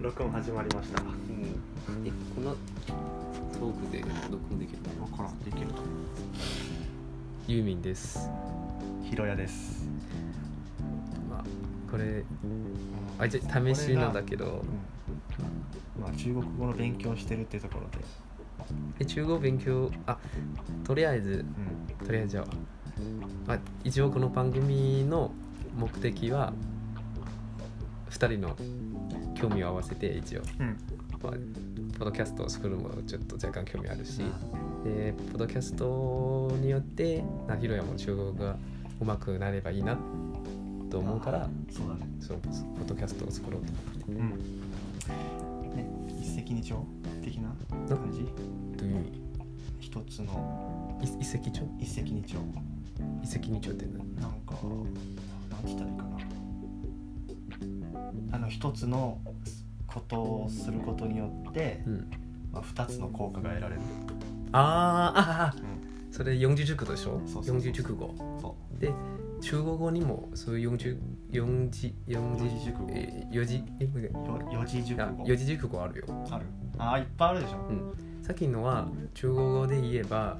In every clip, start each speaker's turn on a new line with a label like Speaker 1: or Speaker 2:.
Speaker 1: 録音始まりました分
Speaker 2: うんえこんな遠くで録音できるの
Speaker 1: からんできると
Speaker 2: ユーミンです
Speaker 1: ひろやです、
Speaker 2: まあこれあじゃ試しなんだけど
Speaker 1: うんまあ中国語の勉強してるってところで、
Speaker 2: え中国勉強あとりあえず
Speaker 1: うん、
Speaker 2: とりあえずじゃあ、まあ、一応この番組の目的は2人の興味を合わせて一応、
Speaker 1: うん
Speaker 2: まあ、ポッドキャストを作るのもちょっと若干興味あるしでポッドキャストによってなひろやも中国語がうまくなればいいなと思うから
Speaker 1: そうだね、
Speaker 2: そうポッドキャストを作ろうと思って
Speaker 1: うんね、一石二鳥的な感じ
Speaker 2: どういう意味
Speaker 1: 一つの
Speaker 2: い一石鳥
Speaker 1: 一石二鳥
Speaker 2: 一石二鳥って何
Speaker 1: なんかなんて言ったらいいかなあの一つのことをすることによって、
Speaker 2: うん
Speaker 1: まあ、二つの効果が得られる、
Speaker 2: あーああ
Speaker 1: うん、
Speaker 2: それ四字熟語でしょ
Speaker 1: そうそうそう
Speaker 2: 四字熟語
Speaker 1: そ
Speaker 2: で中国語にもそういう四字四字四字
Speaker 1: 四字熟語
Speaker 2: えー四字えごめん
Speaker 1: うよ四字熟
Speaker 2: あ
Speaker 1: 語
Speaker 2: 四字熟語あるよ
Speaker 1: あるあーいっぱいあるでしょ、
Speaker 2: さっきのは中国語で言えば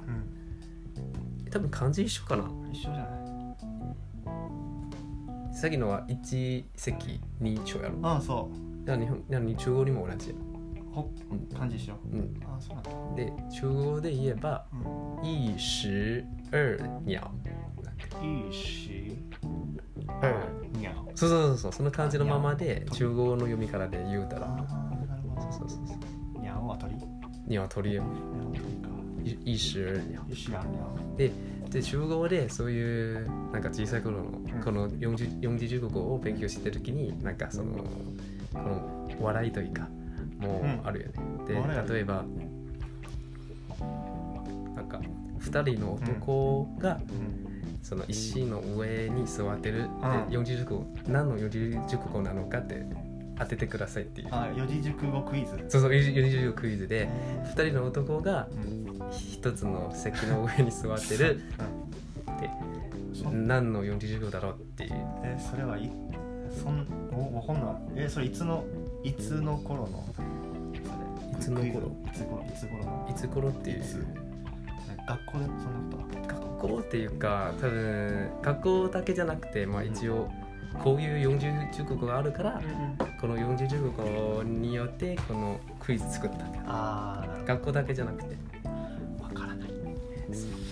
Speaker 1: うん、
Speaker 2: 多分漢字一緒かな
Speaker 1: 一緒じゃない
Speaker 2: さっきのは一石二鳥やろ
Speaker 1: ああそ
Speaker 2: だから日本なのに中国語にも同じや、
Speaker 1: うほ
Speaker 2: うん
Speaker 1: 漢字一緒
Speaker 2: うん、
Speaker 1: ああそうなんだ、
Speaker 2: で中国語で言えば一石二鳥
Speaker 1: うん、いいし
Speaker 2: うん
Speaker 1: にゃお
Speaker 2: そうそうそうそうその感じのままで中国語の読み方で言うた
Speaker 1: あ
Speaker 2: ら
Speaker 1: ーなるほ
Speaker 2: そうそうそうそう
Speaker 1: どにゃおは鳥にゃ
Speaker 2: 鶏よ
Speaker 1: お鳥か
Speaker 2: い一石二
Speaker 1: よしやんにゃ
Speaker 2: 鳥で中国語でそういうなんか小さい頃の
Speaker 1: ん
Speaker 2: この四字四字中国語を勉強してる時になんかそのこの笑いというかもうあるよね、
Speaker 1: 笑いある
Speaker 2: で例えばなんか二人の男が
Speaker 1: おうん
Speaker 2: その石の上に座ってる
Speaker 1: うん
Speaker 2: で四字熟語何の四字熟語なのかって当ててくださいっていう
Speaker 1: あー四字熟語クイズ
Speaker 2: そうそう四字四字熟語クイズで2人の男が
Speaker 1: うん
Speaker 2: 一つの席の上に座ってるで
Speaker 1: そ
Speaker 2: 何の四字熟語だろうっていう
Speaker 1: えーそれはいそんおわかんないえーそれいつのいつの頃のそれ
Speaker 2: いつの頃
Speaker 1: クイズいつ頃いつ頃の
Speaker 2: いつ頃ってい
Speaker 1: いつ
Speaker 2: う
Speaker 1: え学校でそんなことあった
Speaker 2: 学校っていうか多分学校だけじゃなくてまあ一応こういう四字熟語があるからこの四字熟語によってこのクイズ作った
Speaker 1: ああなるほ
Speaker 2: 学校だけじゃなくて
Speaker 1: どわからない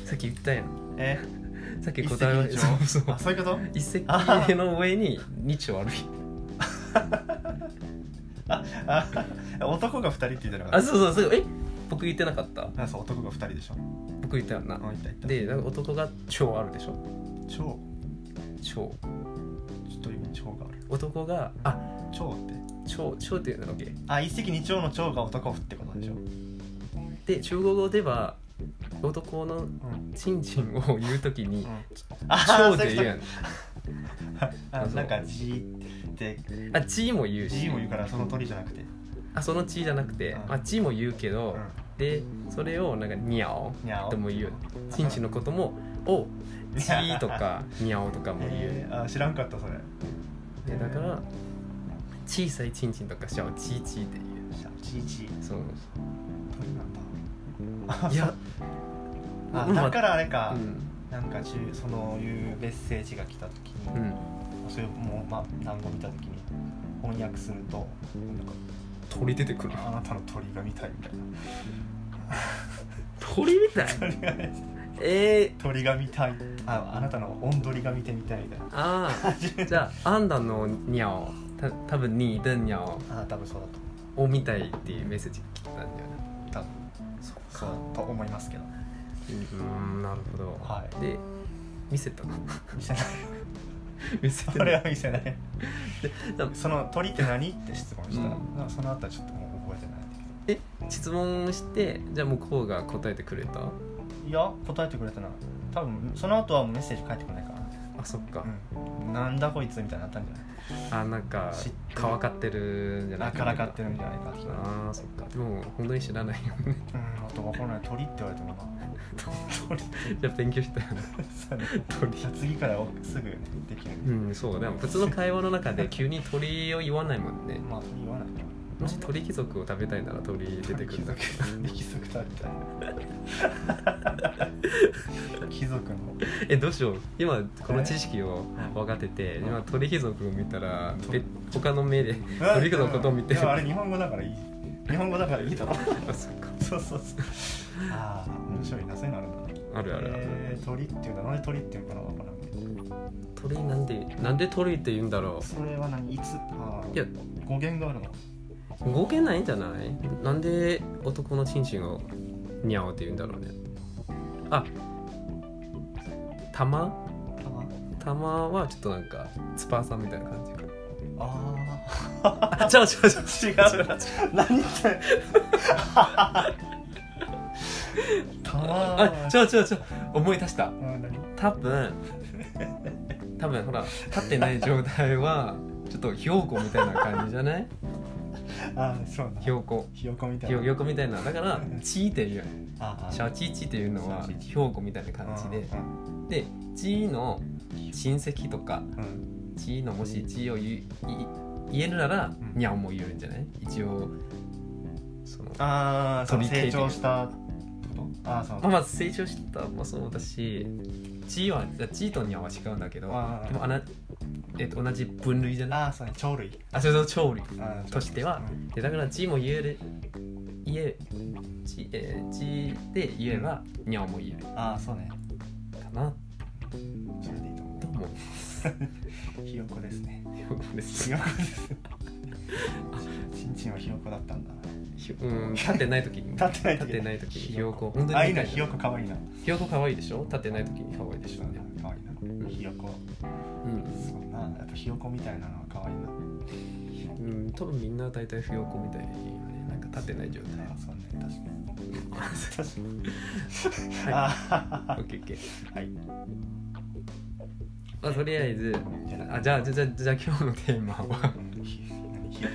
Speaker 2: さっき言ったやん
Speaker 1: え
Speaker 2: さっき
Speaker 1: 一石
Speaker 2: 答えは
Speaker 1: 二鳥
Speaker 2: そうそう
Speaker 1: あそういうこと
Speaker 2: 一石
Speaker 1: あはは
Speaker 2: の上に二丁ある
Speaker 1: あ男が二人って言ってなか
Speaker 2: あ
Speaker 1: っ
Speaker 2: そうそうそうえ僕言ってなかった
Speaker 1: たあそう男が二人でしょ
Speaker 2: 僕言ったよな
Speaker 1: あいたいた
Speaker 2: でなんか男が超あるでしょ
Speaker 1: 超
Speaker 2: 超
Speaker 1: ちょっと今超がある
Speaker 2: 男があ
Speaker 1: 超って
Speaker 2: 超超っていうのだっけ
Speaker 1: あ一石二鳥の超が男ってことでしょ
Speaker 2: で中国語では男の
Speaker 1: うん
Speaker 2: チンチンを言うときに
Speaker 1: あ
Speaker 2: 超
Speaker 1: ー
Speaker 2: で言うやん
Speaker 1: そういうことあなんかじって
Speaker 2: あチーも言うし
Speaker 1: じも言うからその鳥じゃなくて
Speaker 2: あそのチーじゃなくて
Speaker 1: うん
Speaker 2: あチーも言うけど
Speaker 1: う
Speaker 2: でそれをなんかニャオ
Speaker 1: んにゃお
Speaker 2: とも言うよチンチンのこともをチーと かニャオとかも言う
Speaker 1: えーあ知らんかったそれ
Speaker 2: でだから小さいチンチンとかしちゃうチーチーって言う
Speaker 1: ちいちい
Speaker 2: その
Speaker 1: 鳥なんだ
Speaker 2: いや
Speaker 1: あ
Speaker 2: うん
Speaker 1: だからあれか、
Speaker 2: うん
Speaker 1: なんか中そのいうメッセージが来た時に、
Speaker 2: うん
Speaker 1: それもう、ま、単語見た時に翻訳するとなんか
Speaker 2: 鳥出てくる
Speaker 1: あなたの鳥が見たいみたいな
Speaker 2: 鳥みたい
Speaker 1: 鳥がね
Speaker 2: え
Speaker 1: 鳥が見たいああなたの音鳥が見てみたいみたいな
Speaker 2: ー、ああじゃあアンダのニャオた多分に的ニャオ
Speaker 1: あ多分そうだと
Speaker 2: を見たいっていうメッセージが来たんだよね
Speaker 1: 多分
Speaker 2: そっ
Speaker 1: そうだと思いますけど
Speaker 2: うんなるほど、
Speaker 1: はい
Speaker 2: で見せ たの
Speaker 1: 見せない
Speaker 2: 見せて
Speaker 1: そ
Speaker 2: な
Speaker 1: れ
Speaker 2: い
Speaker 1: は見せない
Speaker 2: で
Speaker 1: その鳥って何って質問したら、
Speaker 2: うん
Speaker 1: なんかその後はちょっともう覚えてないんだけ
Speaker 2: え質問してじゃあ向こうが答えてくれた
Speaker 1: どいや答えてくれたな多分その後はもうメッセージ返ってこないから
Speaker 2: あそっか、
Speaker 1: うん、なんだこいつみたいになったんじゃない
Speaker 2: あなんか
Speaker 1: 知ってる
Speaker 2: からかってるんじゃな
Speaker 1: あ
Speaker 2: い
Speaker 1: からかってるんじゃないかって、うん、
Speaker 2: あーそっかでも本当に知らないよ ね
Speaker 1: あと分からない鳥って言われてもな鳥
Speaker 2: じゃあ勉強したよね
Speaker 1: そうね
Speaker 2: 鳥
Speaker 1: じゃあ次からはすぐねできる、
Speaker 2: うんそうでも普通の会話の中で急に鳥を言わないもんね
Speaker 1: まあ鳥言わないから
Speaker 2: もし 鳥貴族を食べたいなら鳥出てくるんだけど
Speaker 1: 鳥貴族食べたい貴族の
Speaker 2: えどうしよう今この知識を分かってて
Speaker 1: うん
Speaker 2: 今鳥貴族を見たら
Speaker 1: うん
Speaker 2: べ他の目で
Speaker 1: うん
Speaker 2: 鳥貴族のことを見て
Speaker 1: でもあれ日本語だからいい日本語だからいいだろ
Speaker 2: あそっか
Speaker 1: そうそうそうああ面白いなそういうのあるんだね
Speaker 2: あるあるある、
Speaker 1: えー鳥っていうのなんで鳥っていうのかなわからんけど
Speaker 2: 鳥なんでなんで鳥って言うんだろ
Speaker 1: それは何いつあー
Speaker 2: いや
Speaker 1: 語源があるの
Speaker 2: う動けないんじゃないなんで男のチンチンをニャオって言うんだろうねあ玉玉はちょっとなんか翼みたいな感じか
Speaker 1: ああ
Speaker 2: あ違う違う違う
Speaker 1: 違う何言ってたま
Speaker 2: あ違う違う違う思い出した
Speaker 1: うん何
Speaker 2: 多分 多分ほら立ってない状態はちょっとひよこみたいな感じじゃない
Speaker 1: あーそうな
Speaker 2: ひよこ
Speaker 1: ひよこみたい
Speaker 2: ひ
Speaker 1: な
Speaker 2: よひよこみたいなだから「チー」っていう
Speaker 1: あ
Speaker 2: シャチーチーっていうのは
Speaker 1: シャチーチー
Speaker 2: ひよこみたいな感じでで「チー」の親戚とか
Speaker 1: うんう
Speaker 2: 「
Speaker 1: ん
Speaker 2: チー」のもし「チー」を言うい言えるなら
Speaker 1: ん
Speaker 2: 「にゃん」も言えるんじゃない一応その
Speaker 1: ああその
Speaker 2: 鳥系で
Speaker 1: 成長したってことああそう
Speaker 2: まあまあ成長したもそうだし「チー」は「チー」と「にゃん」は違うんだけど
Speaker 1: あー
Speaker 2: でもあな、えっと、同じ分類じゃない
Speaker 1: ああそうね鳥類
Speaker 2: あそれと調理
Speaker 1: あー
Speaker 2: としては
Speaker 1: うん
Speaker 2: でだから「ち」も言える言え「ち」えーちで言えば「にゃお」も言える
Speaker 1: ああそうね
Speaker 2: かな
Speaker 1: それでいいと思
Speaker 2: と思う
Speaker 1: うひよこですね
Speaker 2: よくです
Speaker 1: ひよこ ですちんちんはひよこだったんだ
Speaker 2: ひうん立ってない時に
Speaker 1: 立ってない時
Speaker 2: 立ってない時にひよこ本当
Speaker 1: あ
Speaker 2: に
Speaker 1: あいいなひよこかわいいな
Speaker 2: ひよこ可愛いでしょ立ってない時に可愛いでしょね
Speaker 1: かわいいなひよこ
Speaker 2: うん
Speaker 1: そうなやっぱひよこみたいなのは可愛いな
Speaker 2: うん多分みんな大体ひよこみたいにねなんか立ってない状 態
Speaker 1: あそうね確かに確かに
Speaker 2: は
Speaker 1: あ
Speaker 2: いオッケーオッケー
Speaker 1: はい
Speaker 2: まあとりあえず
Speaker 1: じゃ
Speaker 2: あじゃあじゃあじゃあじゃあ今日のテーマ は
Speaker 1: うんひ何ひよ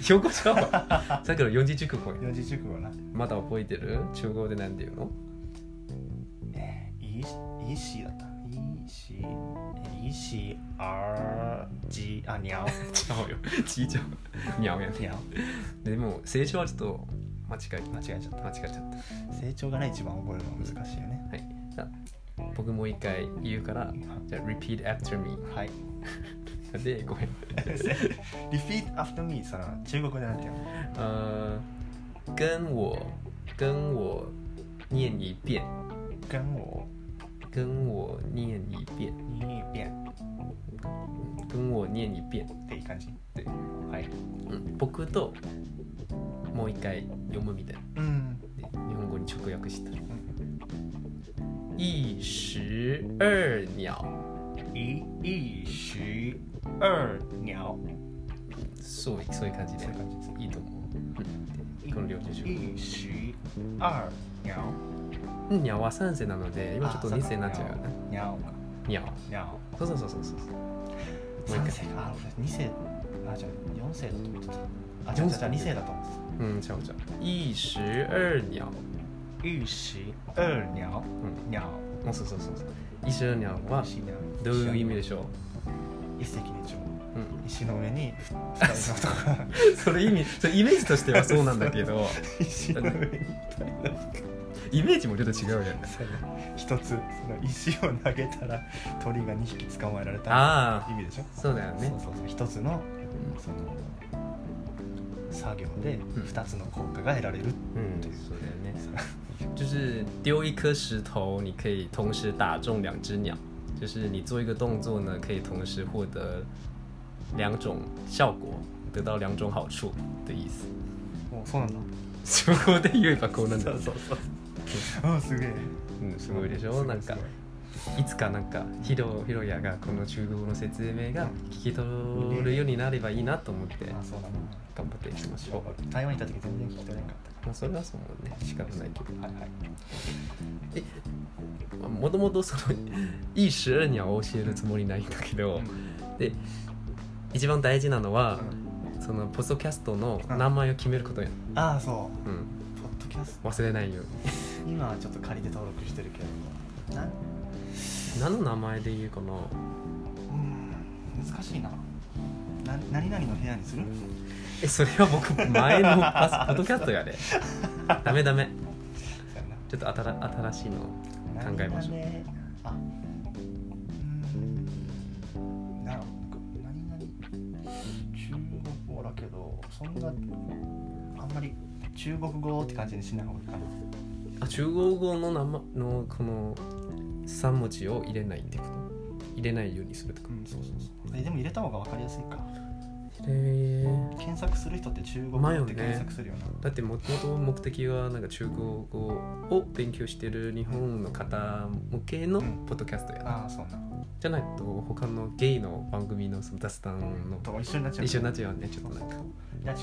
Speaker 2: ひよこちゃうわさっきの四字熟語
Speaker 1: こ四字熟語な
Speaker 2: まだ覚えてる中国でなんて言うの
Speaker 1: えーいいいいしだったいいしいいしあーじあにゃお
Speaker 2: 違うよ。ちいちゃう。にゃおやね。
Speaker 1: にゃお
Speaker 2: でも、成長はちょっと間違え
Speaker 1: 間違えちゃった
Speaker 2: 間違えちゃった。は
Speaker 1: 成長がね一番覚えるのは難しいよね
Speaker 2: い。じゃあ僕もう一回言うから、じゃあ、repeat after me。
Speaker 1: はい
Speaker 2: で、ごめん。
Speaker 1: repeat after me さ中国語でなんて言うの
Speaker 2: あー跟我、跟我念一遍。
Speaker 1: 跟我
Speaker 2: 跟我念一遍。
Speaker 1: 你变
Speaker 2: 跟我念一遍。
Speaker 1: っていい感じ
Speaker 2: で
Speaker 1: はい
Speaker 2: うん僕と、もう一回読むみたいな。
Speaker 1: うん
Speaker 2: で日本語に直訳したら。一石二鸟。
Speaker 1: 一一石二鸟
Speaker 2: そうそういう感じで
Speaker 1: そういう感じです
Speaker 2: いいと思う。この両手中。
Speaker 1: 一石二鸟
Speaker 2: うんにゃは三世なので、今ちょっと
Speaker 1: あ
Speaker 2: 二世になっちゃうよね。
Speaker 1: にゃおか
Speaker 2: にゃ
Speaker 1: にゃお
Speaker 2: そうそうそうそうそう。もう
Speaker 1: 三
Speaker 2: 一
Speaker 1: 世かあ俺二世あじゃあ四世だと思ってたあじゃ
Speaker 2: 四
Speaker 1: あじ
Speaker 2: 世
Speaker 1: ゃあ二世だと思って
Speaker 2: うん、ちゃうちゃう。一石二鳥。
Speaker 1: た一石二鸟
Speaker 2: うん。
Speaker 1: 鸟
Speaker 2: もうそうそうそうそう。一石二鳥は
Speaker 1: 石にゃお
Speaker 2: どういう意味でしょ
Speaker 1: 一石二鳥
Speaker 2: う。うん。
Speaker 1: 石の上に二人の男
Speaker 2: それ意味、それイメージとしては そうなんだけど、
Speaker 1: 石の上に
Speaker 2: イメージもちょっと違うよね。
Speaker 1: そうね一つその石を投げたら鳥が二匹捕まえられた
Speaker 2: あ
Speaker 1: 意味でしょ
Speaker 2: あ、そうだよね
Speaker 1: そう。そうそう一つのその作業で
Speaker 2: うん
Speaker 1: 二つの効果が得られる、
Speaker 2: 嗯，说的那，就是丢一颗石头，你可以同时打中两只鸟，就是你做一个动作呢，可以同时获得两种效果，得到两种好处的意思。
Speaker 1: おそうなんだ
Speaker 2: そこで言えばこうなんだ。
Speaker 1: そうそうそううんすげえ
Speaker 2: うん、すごいでしょ。なんか
Speaker 1: すごい
Speaker 2: いつかなんかヒロヒロヤがこの中国語の説明が聞き取るようになればいいなと思って
Speaker 1: すごいあそうだな
Speaker 2: 頑張っていきましょう。
Speaker 1: 台湾行った時全然聞き取れなかったか
Speaker 2: まあそれはそうね、仕方ないけど。
Speaker 1: らはいはい
Speaker 2: もともとそのいい十二には教えるつもりないんだけど、で一番大事なのは、そのポッドキャストの名前を決めることや、
Speaker 1: ああそう
Speaker 2: うん、
Speaker 1: ポッドキャス
Speaker 2: 忘れないように
Speaker 1: ト今はちょっと仮で登録してるけどなん
Speaker 2: 何の名前で言うかな
Speaker 1: うん難しいなな何々の部屋にする
Speaker 2: えそれは僕前 のパスポッドキャストやでダメダメ
Speaker 1: そうやな
Speaker 2: ちょっと新新しいの考えましょう
Speaker 1: 何々あうんなんか何々中国語だけどそんなあんまり中国語って感じにしない方がいいかな
Speaker 2: あ中国語の名前のこの3文字を入れないってこと入れないようにするとか
Speaker 1: うんそうそうそうえでも入れた方が分かりやすいか
Speaker 2: へえ
Speaker 1: 検索する人って中国
Speaker 2: ま
Speaker 1: 語
Speaker 2: あよ
Speaker 1: っ
Speaker 2: ね
Speaker 1: て検索するよな、
Speaker 2: だってもともと目的はなんか中国語を勉強してる日本の方向けのポッドキャストや、
Speaker 1: ああそうな
Speaker 2: じゃないと他のゲイの番組のその雑談の
Speaker 1: と一緒になっちゃう
Speaker 2: 一緒になっちゃうよねちょっとなんか
Speaker 1: いや中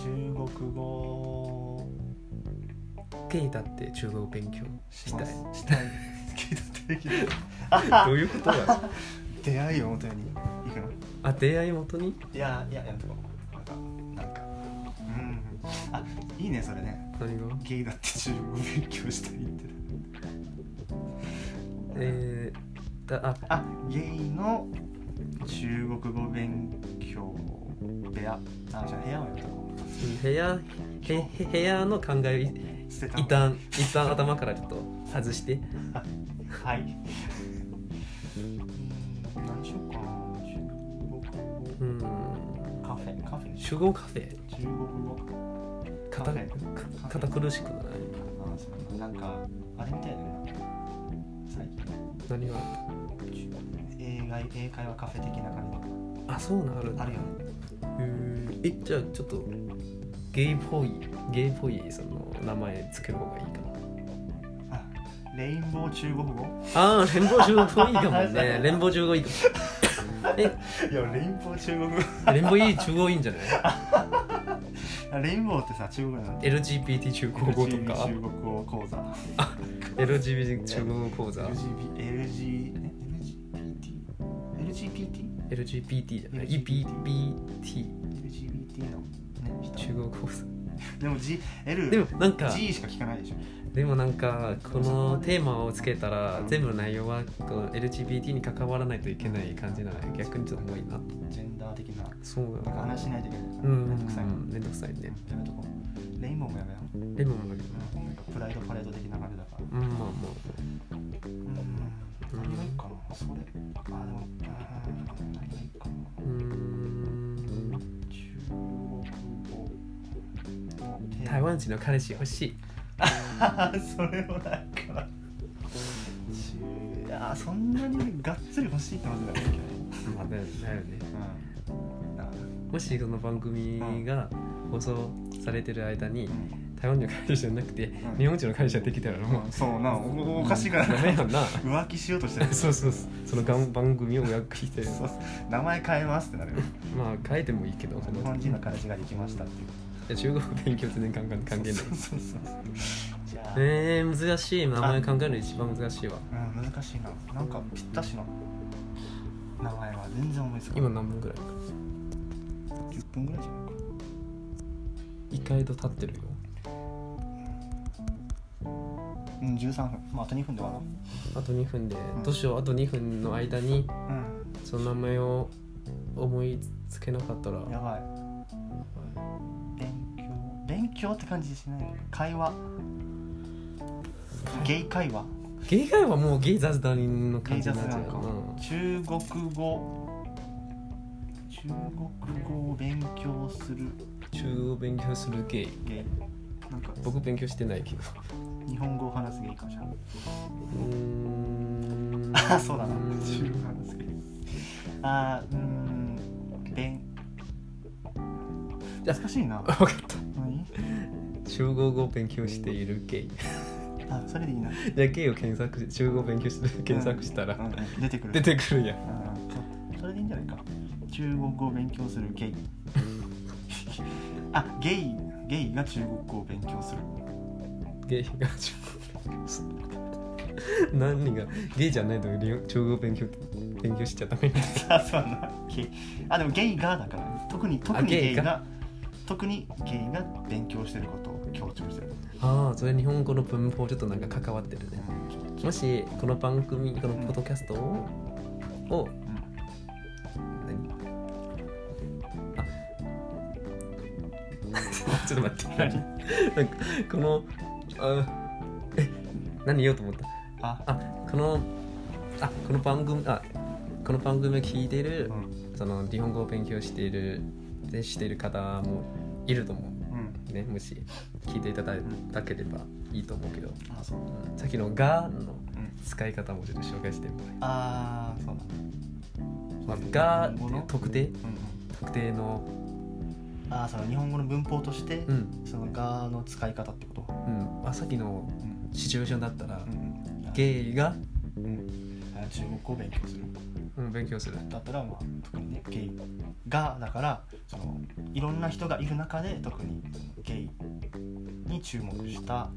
Speaker 1: 国語
Speaker 2: ゲイだって中国語勉強
Speaker 1: し
Speaker 2: したい
Speaker 1: ますしたいけどできない
Speaker 2: どういうことだ
Speaker 1: 出会いを元に行くの
Speaker 2: あ出会い元に
Speaker 1: いやいややめとこうなんかなんかうんあいいねそれね
Speaker 2: 何が
Speaker 1: ゲイだって中国語勉強したいって
Speaker 2: えー、だあ
Speaker 1: あゲイの中国語勉強部屋あじゃあ部屋はやめとこ
Speaker 2: 部屋へへ部屋の考え
Speaker 1: う捨て
Speaker 2: 一
Speaker 1: た
Speaker 2: 旦一旦頭からちょっと外して
Speaker 1: はいうん何しようかな中国語
Speaker 2: うん
Speaker 1: カフェカフェにしよ
Speaker 2: 主語カフェ
Speaker 1: う中国語
Speaker 2: 堅
Speaker 1: カフ
Speaker 2: か堅苦しくない
Speaker 1: あそうなんかあれみたいだな最近
Speaker 2: 何が
Speaker 1: 英外英会話カフェ的な感
Speaker 2: あそうなる
Speaker 1: じあるよね
Speaker 2: うんえじゃあちょっとゲイっぽいゲイっぽいその名前つける方がいいかな
Speaker 1: あレインボー中国語
Speaker 2: ああ連邦中国語いいかも ね連邦中国いいかもえ
Speaker 1: いやレインボー中国語
Speaker 2: 連邦いい中国いいんじゃない
Speaker 1: あレインボーってさ中国語なんだ
Speaker 2: LGBT 中国語とか
Speaker 1: LGBT 中国語講座
Speaker 2: LGBT 中国語講座
Speaker 1: LGB LG え LGBT
Speaker 2: LGBT じゃない
Speaker 1: LGBT
Speaker 2: EBBT
Speaker 1: LGBT のね
Speaker 2: 中
Speaker 1: 人
Speaker 2: 国講座
Speaker 1: でも G
Speaker 2: で
Speaker 1: L
Speaker 2: もなんか
Speaker 1: G しか聞かないでしょ
Speaker 2: でもなんかこのテーマをつけたら全部内容はこの LGBT に関わらないといけない感じなので逆にちょっと重いな
Speaker 1: ジェンダー的な
Speaker 2: そう
Speaker 1: な
Speaker 2: だ
Speaker 1: んか
Speaker 2: よね
Speaker 1: 話しないといけないから
Speaker 2: う
Speaker 1: めんどくさい
Speaker 2: んめんどくさいね
Speaker 1: やめとこうレインボーもやめよう
Speaker 2: レモンもある
Speaker 1: うんなんかプライドパレード的な感じだから
Speaker 2: うんまあま
Speaker 1: うん何がいいかなそれあでもうん何がいいかな
Speaker 2: あうーん
Speaker 1: 中国語
Speaker 2: 台湾人の彼氏欲しい
Speaker 1: あそれもなんか中あそんなにがっつり欲しいってことだよね
Speaker 2: まあだよねだよね
Speaker 1: うんあ
Speaker 2: もしこの番組が放送されてる間に台湾人の彼氏じゃなくて
Speaker 1: ん
Speaker 2: 日本人の彼氏ができたらもう
Speaker 1: うんそうなおおかしいから
Speaker 2: ダメよな
Speaker 1: 浮気しようと してる
Speaker 2: そうそうそうそのがん番組を予約して
Speaker 1: そう名前変えますってなるよ
Speaker 2: まあ書いてもいいけどそ
Speaker 1: 日
Speaker 2: の
Speaker 1: 本人の彼氏ができましたっていう
Speaker 2: いや中国語勉強全然関係関係ない
Speaker 1: そうそうそうそうじゃあ、
Speaker 2: えー、難しい名前考えるの一番難しいわ
Speaker 1: うん難しいななんかぴったしの名前は全然思いつかない
Speaker 2: 今何分ぐらい
Speaker 1: 10分ぐらいじゃないか
Speaker 2: 意外と経ってるよ
Speaker 1: うん13分まああと2分で終わ
Speaker 2: あと2分で、
Speaker 1: ん
Speaker 2: どうしようあと2分の間に
Speaker 1: ろう
Speaker 2: その名前を思いつけなかったら
Speaker 1: うんやばい勉強勉強って感じしない会話ゲイ会話
Speaker 2: ゲイ以外はもうゲイ雑談の
Speaker 1: ゲ
Speaker 2: 感
Speaker 1: イ
Speaker 2: じに
Speaker 1: 雑
Speaker 2: なっちゃ
Speaker 1: 談
Speaker 2: う
Speaker 1: か、
Speaker 2: うん
Speaker 1: 中国語中国語を勉強する
Speaker 2: 中国語勉強するゲイ
Speaker 1: ゲイなんか
Speaker 2: 僕勉強してないけど
Speaker 1: 日本語を話すゲイかじゃん
Speaker 2: うーん
Speaker 1: あ そうだな中国なんですけどあーうーん勉
Speaker 2: や
Speaker 1: 難しいな
Speaker 2: 分かった
Speaker 1: 何
Speaker 2: 中国語勉強しているゲイ
Speaker 1: あそれでいいな
Speaker 2: じゃあゲイを検索し中国語勉強して検索したら
Speaker 1: うんうん出てくる
Speaker 2: 出てくるやん
Speaker 1: うんそれでいいんじゃないか中国語を勉強するゲイ あゲイゲイが中国語を勉強する
Speaker 2: ゲイが中国何がゲイじゃないと日本中国語勉強勉強しちゃダメ
Speaker 1: あそうなゲイあでもゲイがだから特に特に
Speaker 2: ゲ
Speaker 1: ゲ
Speaker 2: イ
Speaker 1: イ
Speaker 2: が
Speaker 1: が特にゲイが勉強してることを強調してる、
Speaker 2: ああそれ日本語の文法ちょっとなんか関わってるね
Speaker 1: うん
Speaker 2: もしこの番組このポッドキャストをを何あ ちょっと待って、何なんかこの、あえ、何言おうと思った
Speaker 1: あ、
Speaker 2: あ、この、あ、この番組、あ、この番組を聞いてる
Speaker 1: う、ん、
Speaker 2: その日本語を勉強している、でしている方もいると思
Speaker 1: うん、
Speaker 2: う。ね、もし聞いていただいたければいいと思うけど、
Speaker 1: あ、そう、
Speaker 2: うんさっきのがの
Speaker 1: うん、
Speaker 2: 使い方もちょっと紹介してもらえ
Speaker 1: あー、そう
Speaker 2: ま
Speaker 1: だ、
Speaker 2: あ、がって
Speaker 1: 日本語の
Speaker 2: 特定
Speaker 1: うん、うん、
Speaker 2: 特定の、
Speaker 1: あー、その日本語の文法として、
Speaker 2: うん、
Speaker 1: そのがの使い方ってこと、
Speaker 2: うん、あ、さっきの
Speaker 1: うん、
Speaker 2: シチュエーションだったら
Speaker 1: う、ん、
Speaker 2: ゲイが、
Speaker 1: あ中国語を勉強する
Speaker 2: うん、勉強する。
Speaker 1: だったら、まあ、特にねゲイがだからそのいろんな人がいる中で特にゲイに注目した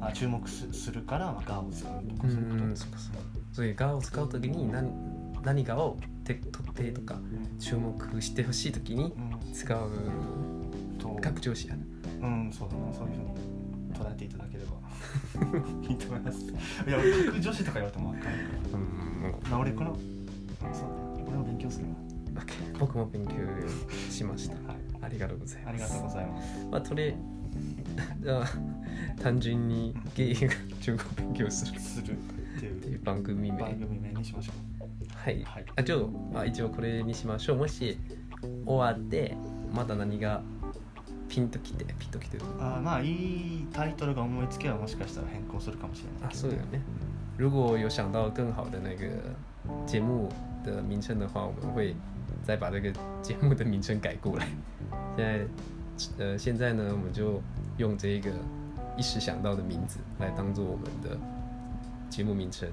Speaker 1: あ注目すするから、まあ、がを使うとかそういうこと、
Speaker 2: そっかそっかそういう「が」を使う時に何何かをて特定とか注目してほしい時に
Speaker 1: うん
Speaker 2: 使う
Speaker 1: と
Speaker 2: 拡張子やな
Speaker 1: うんそうだなそういうふうに捉えていただければ いいと思いますいや俺格女子とか言われても分かんないから
Speaker 2: うん
Speaker 1: まあ俺このそうだね俺も勉強するな
Speaker 2: 僕も勉強しました
Speaker 1: はい
Speaker 2: ありがとうござい
Speaker 1: あ
Speaker 2: ま
Speaker 1: り
Speaker 2: す
Speaker 1: がとうございます
Speaker 2: まあとりじゃあ 単純にゲイが中国勉強する
Speaker 1: するって
Speaker 2: って
Speaker 1: い
Speaker 2: いうう番組名
Speaker 1: 番組名にしましょ
Speaker 2: はい
Speaker 1: はい
Speaker 2: あちょっとあ一応これにしましょうもし終わってまだ何がピンときてピンときてる
Speaker 1: うあーまあいいタイトルが思いつけばもしかしたら変更するかもしれない
Speaker 2: 啊，是的呢。如果有想到更好的那个节目的名称的话，我们会再把这个节目的名称改过来。现在，呃，现在呢，我们就用这个一时想到的名字来当做我们的节目名称。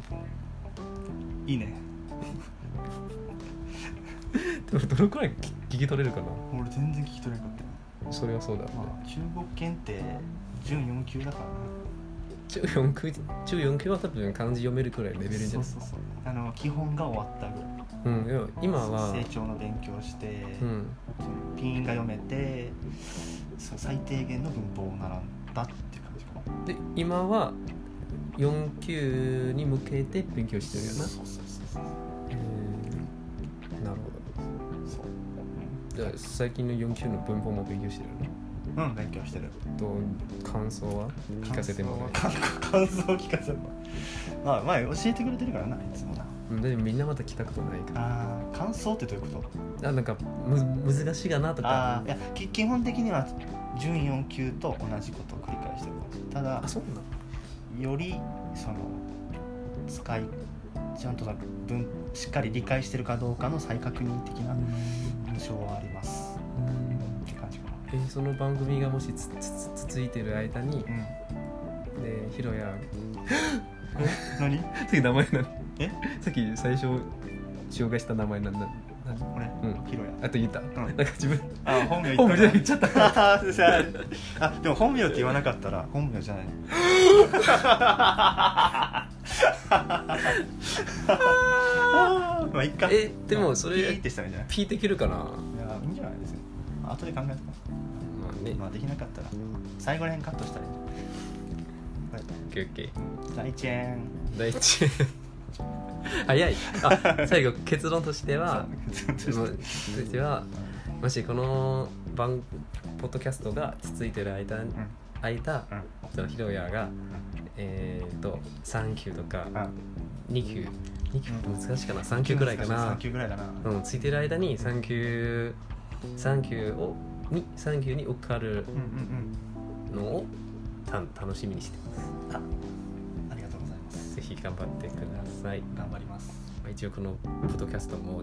Speaker 1: いいね
Speaker 2: どどのくらい聞き取れるかな？
Speaker 1: 俺全然聞き取れなかった
Speaker 2: それはそうだろう
Speaker 1: よ、
Speaker 2: ね。
Speaker 1: まあ、中国圏って準4級だから
Speaker 2: 14級14級は多分漢字読めるくらいレベ
Speaker 1: な
Speaker 2: ルじゃ
Speaker 1: そ
Speaker 2: な
Speaker 1: う
Speaker 2: い。
Speaker 1: そうそうあの基本が終わったぐらい
Speaker 2: うん、でも今は
Speaker 1: 成、長の勉強して、
Speaker 2: うん、
Speaker 1: そのピンが読めてそう最低限の文法を習ったっていう感じかな
Speaker 2: で今は4級に向けて勉強してるよな。
Speaker 1: そうそうそう
Speaker 2: なるほ
Speaker 1: そうそう
Speaker 2: ど。じゃあ最近の4級の文法も勉強してる
Speaker 1: うん勉強してる
Speaker 2: のどう感想は聞かせてもらえ
Speaker 1: 感想は感想を聞かせてもらうまあまあ教えてくれてるからないつもな
Speaker 2: うんでもみんなまた聞いたことないか
Speaker 1: あー感想ってどういうこと
Speaker 2: ら。あなんかむ難しいかなと
Speaker 1: あ
Speaker 2: か
Speaker 1: あ。いやき基本的には準4級と同じことを繰り返してるただ
Speaker 2: あ、そうなの
Speaker 1: よりその使いちゃんとさ分しっかり理解してるかどうかの再確認的な印象はありますって感じかな
Speaker 2: えその番組がもしつつつついてる間に、
Speaker 1: うん
Speaker 2: でヒロヤ、
Speaker 1: 何
Speaker 2: さっき名前なん
Speaker 1: え
Speaker 2: さっき最初紹介した名前なんだ。な
Speaker 1: 俺
Speaker 2: うん
Speaker 1: ヒロヤ
Speaker 2: あと言った。なんか自分
Speaker 1: あ本名
Speaker 2: 本名で
Speaker 1: 言
Speaker 2: 言
Speaker 1: っ
Speaker 2: っちゃった。
Speaker 1: たな先生あでも本名って言わなかったら本名じ ゃないまあいっか
Speaker 2: えでもそれ
Speaker 1: ピーってしたらいいんじゃない
Speaker 2: P できるかな。
Speaker 1: いやいいんじゃないですよ後で考えとか
Speaker 2: まあね。
Speaker 1: まあできなかったら最後らへんカットしたらいい
Speaker 2: オッケーオッケー。
Speaker 1: 第一円
Speaker 2: 第一 早いあ最後結論としてはもう私はもしこの番ポッドキャストが続いてる間
Speaker 1: うん
Speaker 2: 間
Speaker 1: うん
Speaker 2: とヒロヤがえっ、と3級とか
Speaker 1: あ
Speaker 2: 2級2級
Speaker 1: うん
Speaker 2: 難しいかな3級ぐらいかな
Speaker 1: 3級ぐらいだな
Speaker 2: うんついてる間に3級3級をに3級に受かる
Speaker 1: うんうん
Speaker 2: のをた楽しみにしてま
Speaker 1: うんありがとうございます
Speaker 2: すぜひ頑張ってください
Speaker 1: 頑張ります
Speaker 2: まあ、一応このポッドキャストも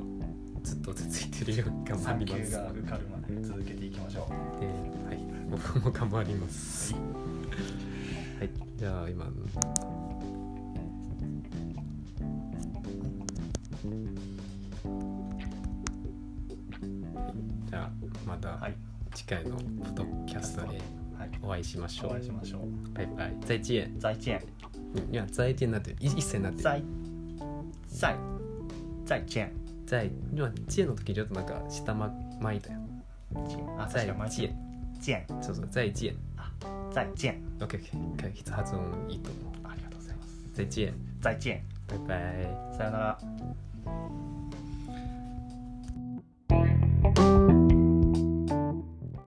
Speaker 2: ずっと続いてるように頑張
Speaker 1: 3
Speaker 2: りま
Speaker 1: 級
Speaker 2: す
Speaker 1: が受かるまで続けていきましょう
Speaker 2: ではい、僕も頑張ります
Speaker 1: は
Speaker 2: はいじゃあ今のじゃあま
Speaker 1: は
Speaker 2: た
Speaker 1: い
Speaker 2: 次回のポッドキャストで
Speaker 1: はい
Speaker 2: お会いしましょ
Speaker 1: お会いうしましょう
Speaker 2: バイバイ再见
Speaker 1: 再见
Speaker 2: うんいや再见なんて一一切になって
Speaker 1: 再再再见
Speaker 2: 再今见の時にちょっとなんか下ま巻いたよ
Speaker 1: あ
Speaker 2: 再
Speaker 1: 確かに
Speaker 2: 见
Speaker 1: 见
Speaker 2: そうそう再见
Speaker 1: 再见
Speaker 2: OK OK 発音いいと思う
Speaker 1: ありがとうございます
Speaker 2: 再见
Speaker 1: 再见
Speaker 2: 拜拜。
Speaker 1: さよなら